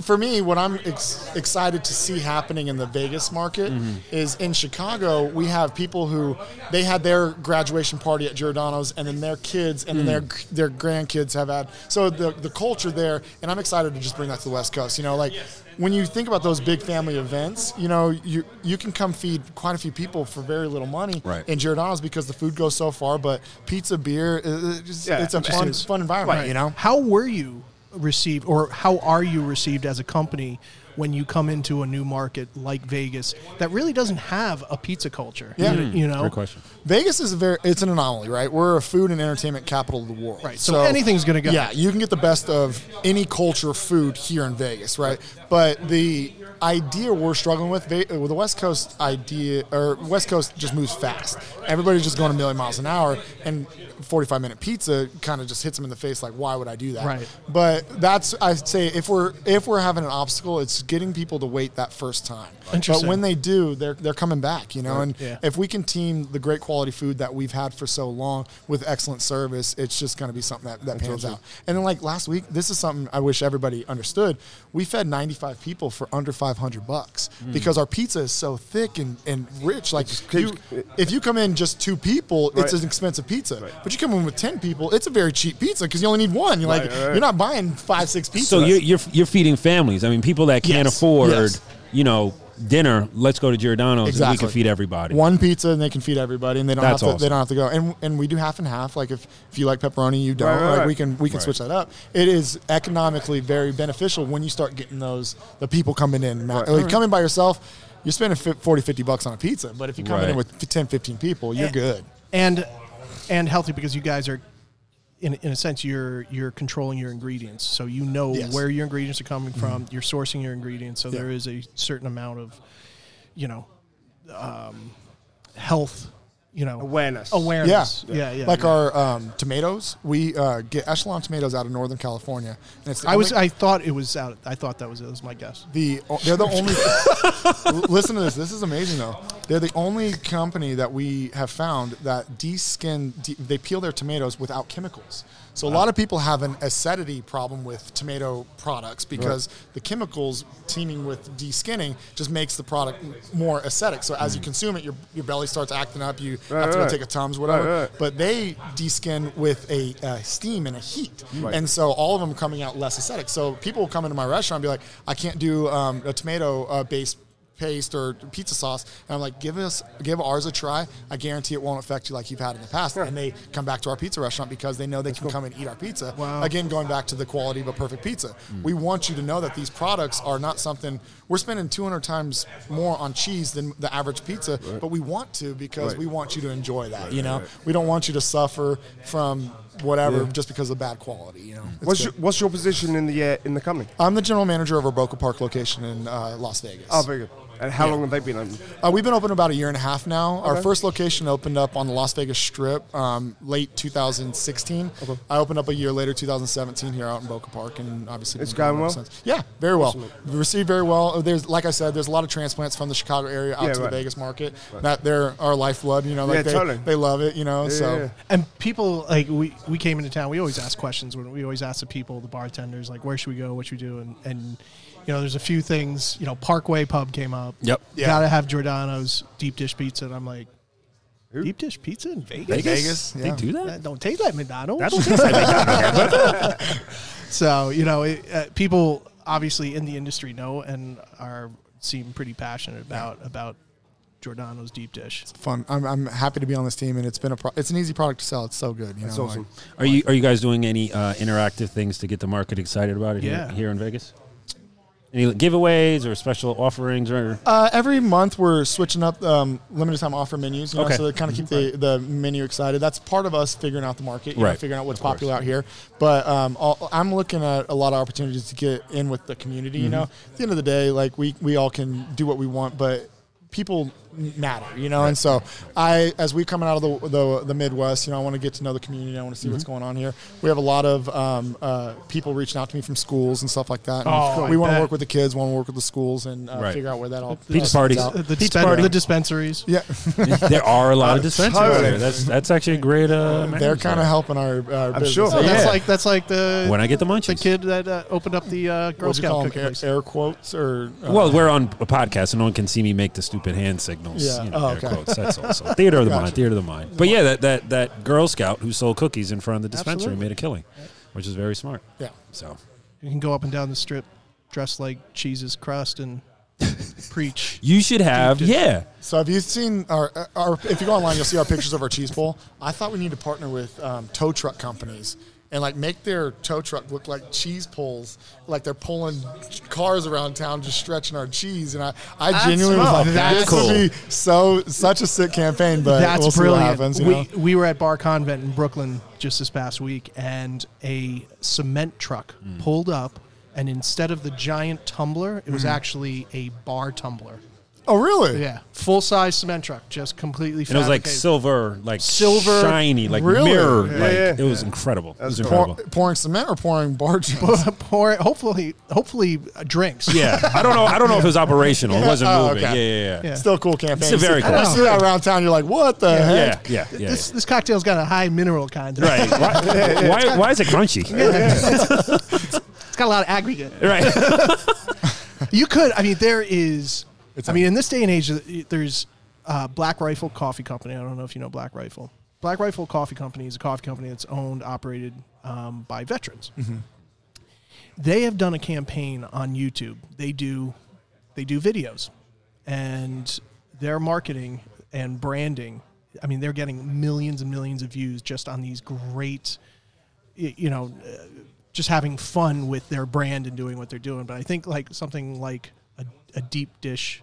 [SPEAKER 5] for me what I'm ex- excited to see happening in the Vegas market is in Chicago we have people who they had their graduation party at Giordano's and then their kids and then their their grandkids have had so the the culture there and I'm excited to just bring that to the West Coast. You know, like. When you think about those big family events, you know you you can come feed quite a few people for very little money
[SPEAKER 3] Right.
[SPEAKER 5] in Giordano's because the food goes so far. But pizza, beer, uh, just
[SPEAKER 2] Yeah,
[SPEAKER 5] it's a
[SPEAKER 2] it just
[SPEAKER 5] fun,
[SPEAKER 2] is.
[SPEAKER 5] fun environment,
[SPEAKER 4] Right.
[SPEAKER 5] you know.
[SPEAKER 4] How were you received, or how are you received as a company when you come into a new market like Vegas that really doesn't have a pizza culture?
[SPEAKER 5] Yeah.
[SPEAKER 4] You- you know.
[SPEAKER 3] Great question.
[SPEAKER 5] Vegas is a very it's an anomaly, right? We're a food and entertainment capital of the world,
[SPEAKER 4] Right, so anything's gonna go.
[SPEAKER 5] Yeah, you can get the best of any culture food here in Vegas, right? But the idea we're struggling with, Ve- with the West Coast idea or West Coast just moves fast. Everybody's just going a million miles an hour, and 45 minute pizza kind of just hits them in the face. Like, why would I do that?
[SPEAKER 4] Right.
[SPEAKER 5] But that's I'd say if we're if we're having an obstacle, it's getting people to wait that first time. But
[SPEAKER 4] Interesting.
[SPEAKER 5] when they do, they're they're coming back, you know. And
[SPEAKER 4] Yeah.
[SPEAKER 5] if we can team the great quality food that we've had for so long with excellent service, it's just going to be something that, that pans out. And then like last week, this is something I wish everybody understood. We fed 95 people for under 500 bucks
[SPEAKER 2] Mm.
[SPEAKER 5] because our pizza is so thick and, and rich. Like you, if you come in just two people,
[SPEAKER 2] Right.
[SPEAKER 5] it's an expensive pizza. But you come in with 10 people, it's a very cheap pizza because you only need one. You're like
[SPEAKER 2] Right, right, right.
[SPEAKER 5] you're not buying five six pizzas.
[SPEAKER 3] So you're, you're you're feeding families. I mean, people that can't
[SPEAKER 5] Yes.
[SPEAKER 3] afford,
[SPEAKER 5] Yes.
[SPEAKER 3] you know, dinner. Let's go to Giordano's and we
[SPEAKER 5] Exactly.
[SPEAKER 3] can feed everybody.
[SPEAKER 5] One pizza and they can feed everybody, and they don't
[SPEAKER 3] That's
[SPEAKER 5] have to,
[SPEAKER 3] awesome.
[SPEAKER 5] they don't have to go. And and we do half and half. Like if, if you like pepperoni, you don't.
[SPEAKER 2] Right, right,
[SPEAKER 5] like
[SPEAKER 2] right.
[SPEAKER 5] we can we can switch that up. It is economically very beneficial when you start getting those the people coming in. Not- Like coming by yourself, you're spending fi- 40, 50 bucks on a pizza. But if you come
[SPEAKER 3] Right.
[SPEAKER 5] in with 10, 15 people, you're good.
[SPEAKER 4] and and healthy because you guys are in, in a sense you're you're controlling your ingredients so you know
[SPEAKER 5] Yes. Mm-hmm.
[SPEAKER 4] where your ingredients are coming from you're sourcing your ingredients so there is a certain amount of you know um, health you know
[SPEAKER 2] Awareness.
[SPEAKER 5] Yeah,
[SPEAKER 4] awareness yeah yeah,
[SPEAKER 5] Like
[SPEAKER 4] yeah.
[SPEAKER 5] our um, tomatoes, we uh, get echelon tomatoes out of Northern California, and it's the
[SPEAKER 4] I was
[SPEAKER 5] only-
[SPEAKER 4] I thought it was out I thought that was it was my guess
[SPEAKER 5] the they're the only L- listen to this this is amazing though they're the only company that we have found that de-skin de- they peel their tomatoes without chemicals so a lot of people have an acidity problem with tomato products because the chemicals teaming with de-skinning just makes the product m- more acidic so as you consume it your, your belly starts acting up you have to go
[SPEAKER 2] Mm. right.
[SPEAKER 5] take a tums whatever
[SPEAKER 2] Right, right.
[SPEAKER 5] but they de-skin with a uh, steam and a heat, and so all of them coming out less acidic. So people will come into my restaurant and be like, "I can't do um, a tomato uh, based." paste or pizza sauce and I'm like give us give ours a try I guarantee it won't affect you like you've had in the past and they come back to our pizza restaurant because they know they can come and eat our pizza again going back to the quality of a perfect pizza
[SPEAKER 2] Hmm.
[SPEAKER 5] we want you to know that these products are not something we're spending 200 times more on cheese than the average pizza but we want to because we want you to enjoy that you know we don't want you to suffer from whatever just because of bad quality. You know, It's
[SPEAKER 2] What's
[SPEAKER 5] good.
[SPEAKER 2] your, what's your position in the uh, in the company?
[SPEAKER 5] I'm the general manager of our Boca Park location in uh, Las Vegas.
[SPEAKER 2] Oh, very good. And how long have they been open?
[SPEAKER 5] Uh, we've been open about a year and a half now. Our first location opened up on the Las Vegas Strip um, late 2016. I opened up a year later, 2017, here out in Boca Park, and obviously
[SPEAKER 2] It's
[SPEAKER 5] been going
[SPEAKER 2] gone
[SPEAKER 5] ever
[SPEAKER 2] well?
[SPEAKER 5] since. Yeah, very well. Received very well. Oh, There's, like I said, there's a lot of transplants from the Chicago area out
[SPEAKER 2] Yeah,
[SPEAKER 5] to
[SPEAKER 2] right.
[SPEAKER 5] the Vegas market. That they're our lifeblood. You know, like
[SPEAKER 2] Yeah,
[SPEAKER 5] they,
[SPEAKER 2] totally.
[SPEAKER 5] they love it. You know, so.
[SPEAKER 2] yeah.
[SPEAKER 4] and people like we, we came into town we always ask questions when we always ask the people the bartenders like where should we go what should we do and, and you know there's a few things you know parkway pub came up
[SPEAKER 3] Yep.
[SPEAKER 5] Yeah.
[SPEAKER 4] gotta have giordano's deep dish pizza and i'm like deep dish pizza in vegas,
[SPEAKER 5] Vegas, yeah.
[SPEAKER 3] They do that.
[SPEAKER 4] That don't taste like mcdonald's
[SPEAKER 3] I don't think so.
[SPEAKER 4] so you know it, uh, people obviously in the industry know and are seem pretty passionate about about giordano's deep dish
[SPEAKER 5] fun. I'm, I'm happy to be on this team, and it's been a pro- it's an easy product to sell. It's so good. You
[SPEAKER 2] It's
[SPEAKER 5] know,
[SPEAKER 2] awesome.
[SPEAKER 5] like-
[SPEAKER 3] Are you are you guys doing any uh, interactive things to get the market excited about it
[SPEAKER 4] Yeah.
[SPEAKER 3] here, here in Vegas? Any giveaways or special offerings or
[SPEAKER 5] Uh, every month we're switching up um, limited time offer menus, you know,
[SPEAKER 3] Okay. Mm-hmm.
[SPEAKER 5] so to kind of keep the, the menu excited. That's part of us figuring out the market, you know,
[SPEAKER 3] Right.
[SPEAKER 5] figuring out what's
[SPEAKER 3] Of course.
[SPEAKER 5] popular out here. But um, I'll, I'm looking at a lot of opportunities to get
[SPEAKER 3] Mm-hmm.
[SPEAKER 5] in with the community. You know, at the end of the day, like we we all can do what we want, but people matter, you know. And so I, as we coming out of the the, the Midwest, you know, I want to get to know the community. I want to see what's
[SPEAKER 3] Mm-hmm.
[SPEAKER 5] going on here. We have a lot of um, uh, people reaching out to me from schools and stuff like that. And
[SPEAKER 4] Oh, I
[SPEAKER 5] we want to
[SPEAKER 4] bet.
[SPEAKER 5] work with the kids, want to work with the schools, and uh,
[SPEAKER 3] Right.
[SPEAKER 5] figure out where that all
[SPEAKER 3] Pizza
[SPEAKER 5] fits
[SPEAKER 3] parties.
[SPEAKER 5] out.
[SPEAKER 4] The, the,
[SPEAKER 3] Peach
[SPEAKER 4] dispen-
[SPEAKER 3] party.
[SPEAKER 4] the dispensaries.
[SPEAKER 5] Yeah,
[SPEAKER 3] there are a lot of dispensaries
[SPEAKER 2] totally.
[SPEAKER 3] there. That's that's actually a great. Uh,
[SPEAKER 5] they're
[SPEAKER 3] management.
[SPEAKER 5] kind of helping our, our
[SPEAKER 2] I'm
[SPEAKER 5] business.
[SPEAKER 2] sure.
[SPEAKER 4] Oh,
[SPEAKER 2] Yeah.
[SPEAKER 4] that's like that's like the
[SPEAKER 3] when I get the
[SPEAKER 4] the
[SPEAKER 3] munchies.
[SPEAKER 4] kid that uh, opened up the uh, Girl
[SPEAKER 5] What do you
[SPEAKER 4] Scout
[SPEAKER 5] call
[SPEAKER 4] cookie
[SPEAKER 5] them?
[SPEAKER 4] place.
[SPEAKER 5] Air, air quotes or uh,
[SPEAKER 3] Well, we're on a podcast, and no one can see me make the stupid hand signals.
[SPEAKER 5] Yeah.
[SPEAKER 3] You know,
[SPEAKER 5] Oh,
[SPEAKER 3] air
[SPEAKER 5] okay.
[SPEAKER 3] quotes. That's also theater of the
[SPEAKER 5] Gotcha.
[SPEAKER 3] mind. Theater of the mind. But yeah, that, that that Girl Scout who sold cookies in front of the dispensary
[SPEAKER 4] Absolutely.
[SPEAKER 3] made a killing, which is very smart.
[SPEAKER 5] Yeah.
[SPEAKER 3] So
[SPEAKER 4] You can go up and down the strip dressed like cheese's crust and preach.
[SPEAKER 3] you should have. Yeah.
[SPEAKER 5] So have you seen our, uh, our? If you go online, you'll see our pictures of our cheese bowl. I thought we need to partner with um, tow truck companies and like make their tow truck look like cheese poles, like they're pulling cars around town just stretching our cheese. And I, I genuinely was
[SPEAKER 4] cool.
[SPEAKER 5] like,
[SPEAKER 4] That's
[SPEAKER 5] this would be so such a sick campaign, but
[SPEAKER 4] That's
[SPEAKER 5] we'll see
[SPEAKER 4] brilliant.
[SPEAKER 5] what happens. You know?
[SPEAKER 4] we we were at Bar Convent in Brooklyn just this past week, and a cement truck
[SPEAKER 3] Mm.
[SPEAKER 4] pulled up, and instead of the giant tumbler, it was
[SPEAKER 3] Mm.
[SPEAKER 4] actually a bar tumbler.
[SPEAKER 5] oh really?
[SPEAKER 4] Yeah, full size cement truck, just completely.
[SPEAKER 3] And it was like
[SPEAKER 4] fabricated.
[SPEAKER 3] silver, like
[SPEAKER 4] Silver-
[SPEAKER 3] shiny, like
[SPEAKER 5] Really?
[SPEAKER 3] mirror.
[SPEAKER 5] Yeah,
[SPEAKER 3] like
[SPEAKER 2] yeah.
[SPEAKER 3] it was incredible. It was
[SPEAKER 5] Pour,
[SPEAKER 3] incredible.
[SPEAKER 5] pouring cement or pouring bar cheese?
[SPEAKER 4] pour hopefully hopefully uh, drinks.
[SPEAKER 3] yeah, I don't know. I don't know if it was operational. It wasn't
[SPEAKER 5] Oh,
[SPEAKER 3] moving.
[SPEAKER 5] okay.
[SPEAKER 3] Yeah, yeah, yeah.
[SPEAKER 4] Yeah.
[SPEAKER 5] Still a cool
[SPEAKER 3] It's
[SPEAKER 5] campaign.
[SPEAKER 3] a very
[SPEAKER 5] You
[SPEAKER 3] cool-
[SPEAKER 5] see that around town, you're like, what the
[SPEAKER 3] Yeah,
[SPEAKER 5] heck?
[SPEAKER 3] yeah, yeah. yeah.
[SPEAKER 4] This, this cocktail's got a high mineral content.
[SPEAKER 3] Right. Why, why, why is it crunchy?
[SPEAKER 4] It's got a lot of aggregate.
[SPEAKER 3] Right.
[SPEAKER 4] You could. I mean, there is.
[SPEAKER 5] It's
[SPEAKER 4] I mean, in this day and age, there's uh, Black Rifle Coffee Company. I don't know if you know Black Rifle. Black Rifle Coffee Company is a coffee company that's owned, operated um, by veterans. They have done a campaign on YouTube. They do, they do videos, and their marketing and branding. I mean, they're getting millions and millions of views just on these great y- you know, uh, just having fun with their brand and doing what they're doing. But I think like something like a, a deep dish.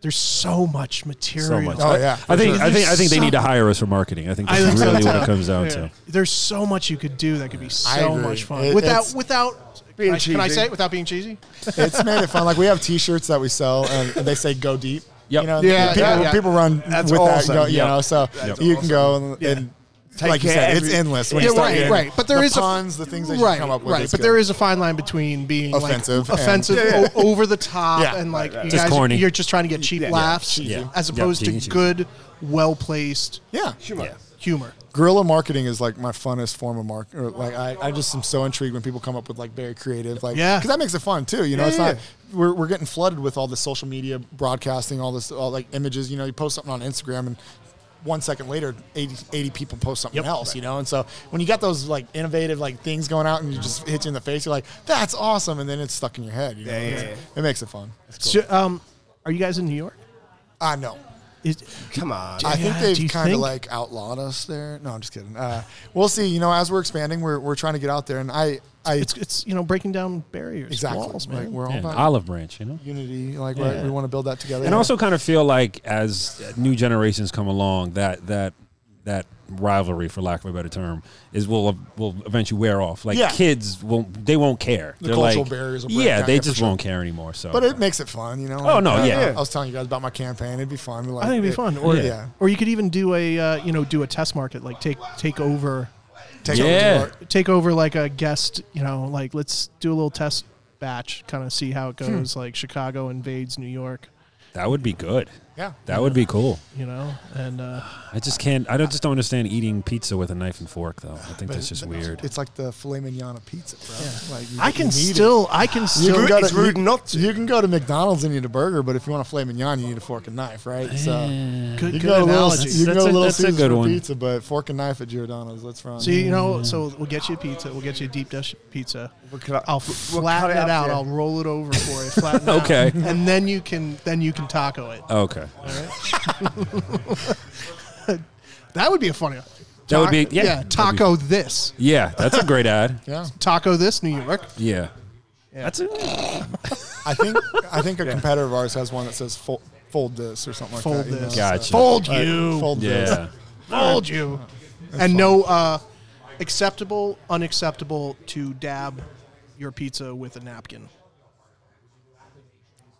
[SPEAKER 4] There's so much material.
[SPEAKER 3] So much.
[SPEAKER 5] Oh, yeah.
[SPEAKER 3] I think I think I think they
[SPEAKER 4] There's
[SPEAKER 3] need to
[SPEAKER 4] so-
[SPEAKER 3] hire us for marketing. I think
[SPEAKER 4] I
[SPEAKER 3] that's
[SPEAKER 4] think so,
[SPEAKER 3] really what
[SPEAKER 4] too.
[SPEAKER 3] it comes down
[SPEAKER 4] Yeah.
[SPEAKER 3] to.
[SPEAKER 4] There's so much you could do that could be so
[SPEAKER 5] agree.
[SPEAKER 4] much fun
[SPEAKER 5] It-
[SPEAKER 4] without
[SPEAKER 5] it's-
[SPEAKER 4] without
[SPEAKER 2] Being
[SPEAKER 4] can I- Can I
[SPEAKER 2] cheesy.
[SPEAKER 4] say it without being cheesy?
[SPEAKER 5] it's made it fun. Like we have T-shirts that we sell, and they say "Go deep."
[SPEAKER 3] Yep.
[SPEAKER 5] You know,
[SPEAKER 2] Yeah,
[SPEAKER 5] people,
[SPEAKER 2] yeah, yeah.
[SPEAKER 5] people run
[SPEAKER 2] That's
[SPEAKER 5] with
[SPEAKER 2] awesome.
[SPEAKER 5] that. Go, you
[SPEAKER 3] Yep.
[SPEAKER 5] know, so
[SPEAKER 3] That's
[SPEAKER 5] you can go and, and
[SPEAKER 2] Take
[SPEAKER 5] like you
[SPEAKER 2] care
[SPEAKER 5] said,
[SPEAKER 2] every-
[SPEAKER 5] it's endless. When
[SPEAKER 2] Yeah,
[SPEAKER 5] you start
[SPEAKER 2] right,
[SPEAKER 5] getting
[SPEAKER 4] right. But there
[SPEAKER 5] the
[SPEAKER 4] is a-
[SPEAKER 5] puns, the things that you
[SPEAKER 4] right,
[SPEAKER 5] come up with.
[SPEAKER 4] right.
[SPEAKER 5] is
[SPEAKER 4] But
[SPEAKER 5] good.
[SPEAKER 4] there is a fine line between being like,
[SPEAKER 5] Offensive and-
[SPEAKER 4] offensive,
[SPEAKER 2] Yeah, yeah.
[SPEAKER 4] O- over the top,
[SPEAKER 5] Yeah.
[SPEAKER 4] and like you
[SPEAKER 3] Just
[SPEAKER 4] guys,
[SPEAKER 3] corny.
[SPEAKER 4] you're just trying to get cheap laughs,
[SPEAKER 5] cheesy.
[SPEAKER 3] Yeah.
[SPEAKER 4] as
[SPEAKER 3] Yeah,
[SPEAKER 4] opposed
[SPEAKER 3] cheesy, cheesy.
[SPEAKER 4] to good, well placed
[SPEAKER 5] yeah.
[SPEAKER 2] Yeah.
[SPEAKER 4] humor.
[SPEAKER 5] Guerrilla marketing is like my funnest form of mark. Or like I, I just am so intrigued when people come up with like very creative, like
[SPEAKER 4] Yeah.
[SPEAKER 5] because that makes it fun too. You know,
[SPEAKER 2] Yeah,
[SPEAKER 5] it's
[SPEAKER 2] yeah,
[SPEAKER 5] not we're, we're getting flooded with all the social media broadcasting, all this all like images. You know, you post something on Instagram and. One second later, 80, 80 people post something else, you know, and so when you got those like innovative like things going out and you just hit you in the face, you're like, "That's awesome!" and then it's stuck in your head. You know?
[SPEAKER 2] Yeah, yeah,
[SPEAKER 5] It's-
[SPEAKER 2] yeah.
[SPEAKER 5] it makes it fun.
[SPEAKER 4] So, um, are you guys in New York?
[SPEAKER 5] I know.
[SPEAKER 4] Is,
[SPEAKER 2] Come on.
[SPEAKER 5] I think
[SPEAKER 4] Yeah, do
[SPEAKER 5] they've
[SPEAKER 4] you
[SPEAKER 5] kind of
[SPEAKER 4] think?
[SPEAKER 5] like outlawed us there. No, I'm just kidding. Uh, we'll see. You know, as we're expanding, we're, we're trying to get out there, and I, I
[SPEAKER 4] it's it's you know breaking down barriers,
[SPEAKER 5] exactly.
[SPEAKER 4] walls,
[SPEAKER 5] like,
[SPEAKER 4] man.
[SPEAKER 5] we're all
[SPEAKER 3] Yeah, an
[SPEAKER 5] about
[SPEAKER 3] olive branch, you know.
[SPEAKER 5] unity. Like we're- we want to build that together.
[SPEAKER 3] And also, kind of feel like as new generations come along, that that that rivalry, for lack of a better term, is will will eventually wear off. Like
[SPEAKER 5] Yeah.
[SPEAKER 3] kids won't they won't care.
[SPEAKER 5] The
[SPEAKER 3] They're
[SPEAKER 5] cultural
[SPEAKER 3] like,
[SPEAKER 5] barriers will break
[SPEAKER 3] Yeah,
[SPEAKER 5] down,
[SPEAKER 3] they
[SPEAKER 5] yeah,
[SPEAKER 3] just
[SPEAKER 5] for sure.
[SPEAKER 3] won't care anymore. So,
[SPEAKER 5] but it makes it fun. You know.
[SPEAKER 3] Oh, no,
[SPEAKER 5] Uh,
[SPEAKER 3] yeah.
[SPEAKER 5] I was telling you guys about my campaign. It'd be fun. Like,
[SPEAKER 4] I think it'd be
[SPEAKER 5] it-
[SPEAKER 4] fun, or
[SPEAKER 5] yeah.
[SPEAKER 4] or you could even do a uh, you know do a test market, like take take over
[SPEAKER 5] Take
[SPEAKER 3] Yeah.
[SPEAKER 5] over to
[SPEAKER 4] take over like a guest, you know, like let's do a little test batch, kind of see how it goes. Like Chicago invades New York,
[SPEAKER 3] that would be good.
[SPEAKER 5] Yeah.
[SPEAKER 3] that would be cool.
[SPEAKER 4] you know, and uh,
[SPEAKER 3] I just can't. I don't just don't understand eating pizza with a knife and fork though. I think that's just
[SPEAKER 5] our-
[SPEAKER 3] weird.
[SPEAKER 5] It's like the filet mignon of pizza, bro. Like, you-
[SPEAKER 4] I
[SPEAKER 5] you
[SPEAKER 4] can
[SPEAKER 5] need it.
[SPEAKER 4] still, I can
[SPEAKER 5] You can
[SPEAKER 4] still.
[SPEAKER 5] go
[SPEAKER 2] It's
[SPEAKER 5] to,
[SPEAKER 2] rude
[SPEAKER 5] you-
[SPEAKER 2] not to.
[SPEAKER 5] You can go to McDonald's and eat a burger, but if you want a filet mignon, you need a fork and knife, right? So
[SPEAKER 4] Good,
[SPEAKER 5] you
[SPEAKER 4] good
[SPEAKER 5] can go to Little,
[SPEAKER 4] analogy.
[SPEAKER 5] you
[SPEAKER 3] That's
[SPEAKER 5] can go
[SPEAKER 3] a-
[SPEAKER 5] to Little
[SPEAKER 3] that's a
[SPEAKER 5] Caesars
[SPEAKER 3] good
[SPEAKER 5] for
[SPEAKER 3] one.
[SPEAKER 5] pizza, but fork and knife at Giordano's. Let's run.
[SPEAKER 4] So you know, so we'll get you a pizza. We'll get you a deep dish pizza.
[SPEAKER 2] We'll cut-
[SPEAKER 4] I'll
[SPEAKER 2] we'll cut
[SPEAKER 4] flatten it,
[SPEAKER 2] it up,
[SPEAKER 4] out.
[SPEAKER 2] yeah.
[SPEAKER 4] I'll roll it over for you. Flatten it out.
[SPEAKER 3] Okay.
[SPEAKER 4] and then you can then you can taco it.
[SPEAKER 3] okay,
[SPEAKER 4] That would be a funny. one.
[SPEAKER 3] that would be
[SPEAKER 4] Taco-
[SPEAKER 3] yeah. that'd be-
[SPEAKER 4] taco this,
[SPEAKER 3] yeah, that's a great ad.
[SPEAKER 5] yeah.
[SPEAKER 4] taco this, New York.
[SPEAKER 3] Yeah. That's it.
[SPEAKER 5] I think I think a competitor of ours has one that says fold, fold this or something like
[SPEAKER 4] Fold
[SPEAKER 5] that. you
[SPEAKER 4] this.
[SPEAKER 5] know, so-
[SPEAKER 3] Gotcha.
[SPEAKER 4] Fold
[SPEAKER 5] Like,
[SPEAKER 4] you.
[SPEAKER 5] fold
[SPEAKER 3] Yeah.
[SPEAKER 5] this.
[SPEAKER 4] Fold you. and no uh, acceptable, unacceptable to dab your pizza with a napkin.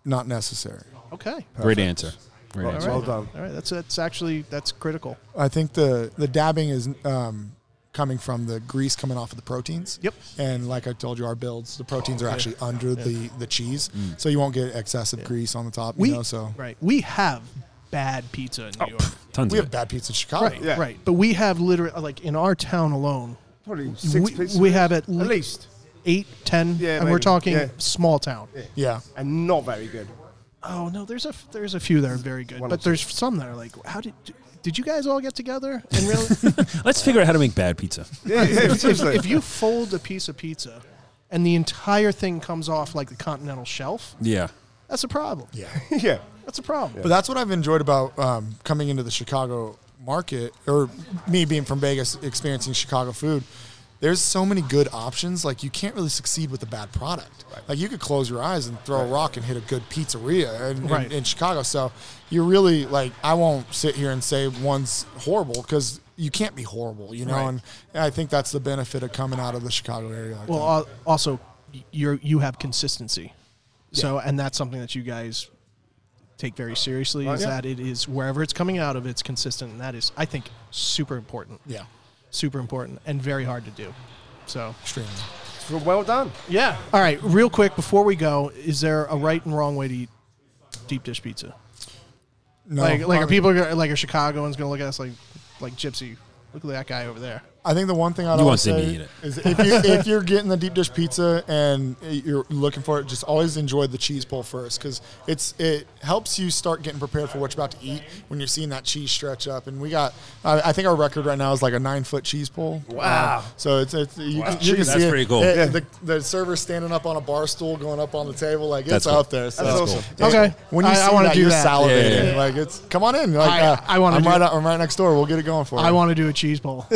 [SPEAKER 5] Not necessary.
[SPEAKER 4] Okay.
[SPEAKER 3] Great answer. Very
[SPEAKER 2] Well,
[SPEAKER 3] nice.
[SPEAKER 2] well done.
[SPEAKER 4] All right, that's that's actually that's critical.
[SPEAKER 5] I think the the dabbing is um, coming from the grease coming off of the proteins.
[SPEAKER 4] Yep.
[SPEAKER 5] And like I told you, our builds, the proteins are actually under the the cheese,
[SPEAKER 3] Mm.
[SPEAKER 5] so you won't get excessive grease on the top.
[SPEAKER 4] We
[SPEAKER 5] you know, so
[SPEAKER 4] right, we have bad pizza in New York.
[SPEAKER 3] Tons
[SPEAKER 5] we
[SPEAKER 3] of
[SPEAKER 5] have
[SPEAKER 3] it.
[SPEAKER 5] bad pizza in Chicago.
[SPEAKER 4] Right,
[SPEAKER 2] Yeah.
[SPEAKER 4] right. But we have literally uh, like in our town alone,
[SPEAKER 2] Probably six
[SPEAKER 4] we,
[SPEAKER 2] pizzas.
[SPEAKER 4] we have at,
[SPEAKER 2] at
[SPEAKER 4] le-
[SPEAKER 2] least,
[SPEAKER 4] eight, ten,
[SPEAKER 2] Yeah,
[SPEAKER 4] and
[SPEAKER 2] maybe.
[SPEAKER 4] we're talking
[SPEAKER 2] Yeah.
[SPEAKER 4] small town.
[SPEAKER 5] Yeah.
[SPEAKER 2] and not very good.
[SPEAKER 4] Oh no, there's a f- there's a few that are very good,
[SPEAKER 2] One
[SPEAKER 4] but
[SPEAKER 2] of
[SPEAKER 4] there's some that are like, how did did you guys all get together and really?
[SPEAKER 3] Let's figure out how to make bad pizza.
[SPEAKER 2] Yeah, yeah, seriously.
[SPEAKER 4] if you fold a piece of pizza and the entire thing comes off like the continental shelf,
[SPEAKER 3] Yeah.
[SPEAKER 4] that's a problem.
[SPEAKER 5] Yeah.
[SPEAKER 2] yeah.
[SPEAKER 4] That's a problem.
[SPEAKER 5] But that's what I've enjoyed about um, coming into the Chicago market, or me being from Vegas, experiencing Chicago food. There's so many good options. Like you can't really succeed with a bad product. Like you could close your eyes and throw a rock and hit a good pizzeria in, in-
[SPEAKER 4] Right.
[SPEAKER 5] in Chicago. So you're really like I won't sit here and say one's horrible because you can't be horrible, you know.
[SPEAKER 4] Right.
[SPEAKER 5] And I think that's the benefit of coming out of the Chicago area. Like
[SPEAKER 4] Well,
[SPEAKER 5] that.
[SPEAKER 4] al- also you you have consistency, so and that's something that you guys take very seriously. Is
[SPEAKER 2] Yeah.
[SPEAKER 4] that it is wherever it's coming out of, it's consistent, and that is I think super important,
[SPEAKER 5] yeah,
[SPEAKER 4] super important, and very hard to do. So
[SPEAKER 5] extremely.
[SPEAKER 2] So well done.
[SPEAKER 4] yeah. All right, real quick before we go, is there a right and wrong way to eat deep dish pizza?
[SPEAKER 5] No,
[SPEAKER 4] like like
[SPEAKER 5] I
[SPEAKER 4] are
[SPEAKER 5] mean-
[SPEAKER 4] people gonna- like are Chicagoans gonna look at us like like Gypsy? Look at that guy over there.
[SPEAKER 5] I think the one thing I'd
[SPEAKER 3] You
[SPEAKER 5] always
[SPEAKER 3] want Sydney
[SPEAKER 5] say
[SPEAKER 3] to eat it.
[SPEAKER 5] is if, you, if you're getting the deep dish pizza and you're looking for it, just always enjoy the cheese pull first because it's it helps you start getting prepared for what you're about to eat when you're seeing that cheese stretch up. And we got, I, I think our record right now is like a nine foot cheese pull. Uh,
[SPEAKER 2] Wow.
[SPEAKER 5] so it's, it's you, can- you can
[SPEAKER 3] That's
[SPEAKER 5] see it.
[SPEAKER 3] pretty cool.
[SPEAKER 5] It-
[SPEAKER 2] Yeah.
[SPEAKER 5] the, the server's standing up on a bar stool, going up on the table, like
[SPEAKER 3] That's
[SPEAKER 5] it's
[SPEAKER 3] cool.
[SPEAKER 5] up there. So
[SPEAKER 2] That's awesome.
[SPEAKER 5] yeah.
[SPEAKER 4] Okay.
[SPEAKER 5] when you
[SPEAKER 4] I-
[SPEAKER 5] see
[SPEAKER 4] I wanna
[SPEAKER 5] that,
[SPEAKER 4] do
[SPEAKER 5] you're
[SPEAKER 4] that.
[SPEAKER 5] salivating.
[SPEAKER 3] Yeah, yeah, yeah.
[SPEAKER 5] Like it's come on in. Like
[SPEAKER 4] I-
[SPEAKER 5] uh,
[SPEAKER 4] I wanna
[SPEAKER 5] I'm
[SPEAKER 4] do-
[SPEAKER 5] right. I'm right next door. We'll get it going for you.
[SPEAKER 4] I want to do a cheese bowl.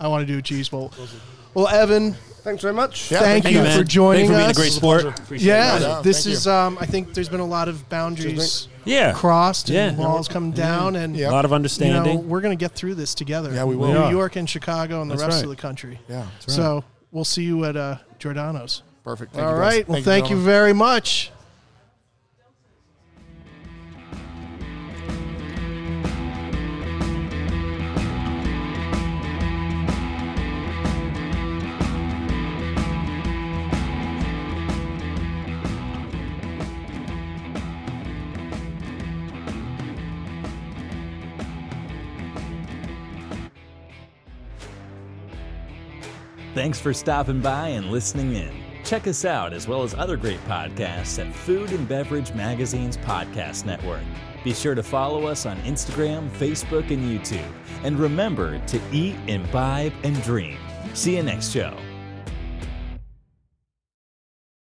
[SPEAKER 4] I want to do a cheese bowl. Well, Evan,
[SPEAKER 2] Thanks very much.
[SPEAKER 5] Yeah,
[SPEAKER 4] thank,
[SPEAKER 5] thank
[SPEAKER 4] you
[SPEAKER 5] you,
[SPEAKER 4] for
[SPEAKER 3] man.
[SPEAKER 4] joining
[SPEAKER 3] Thanks for being
[SPEAKER 4] us.
[SPEAKER 3] a great sport.
[SPEAKER 4] Yeah,
[SPEAKER 5] Yeah,
[SPEAKER 4] this
[SPEAKER 5] thank
[SPEAKER 4] is. Um, I think there's been a lot of boundaries
[SPEAKER 3] Yeah.
[SPEAKER 4] crossed and
[SPEAKER 3] Yeah.
[SPEAKER 4] walls come down, and
[SPEAKER 5] Yeah.
[SPEAKER 3] A lot of
[SPEAKER 4] you know
[SPEAKER 3] understanding.
[SPEAKER 4] we're going to get through this together.
[SPEAKER 5] Yeah, we will.
[SPEAKER 4] New
[SPEAKER 3] Yeah.
[SPEAKER 4] York and Chicago and the
[SPEAKER 3] That's
[SPEAKER 4] rest
[SPEAKER 3] right.
[SPEAKER 4] of the country.
[SPEAKER 5] Yeah.
[SPEAKER 4] So we'll see you at uh, Giordano's.
[SPEAKER 5] Perfect.
[SPEAKER 4] All right. Well, thank you
[SPEAKER 5] gentlemen.
[SPEAKER 4] very much.
[SPEAKER 1] Thanks for stopping by and listening in. Check us out as well as other great podcasts at Food and Beverage Magazine's Podcast Network. Be sure to follow us on Instagram, Facebook, and YouTube. And remember to eat, imbibe, and dream. See you next show.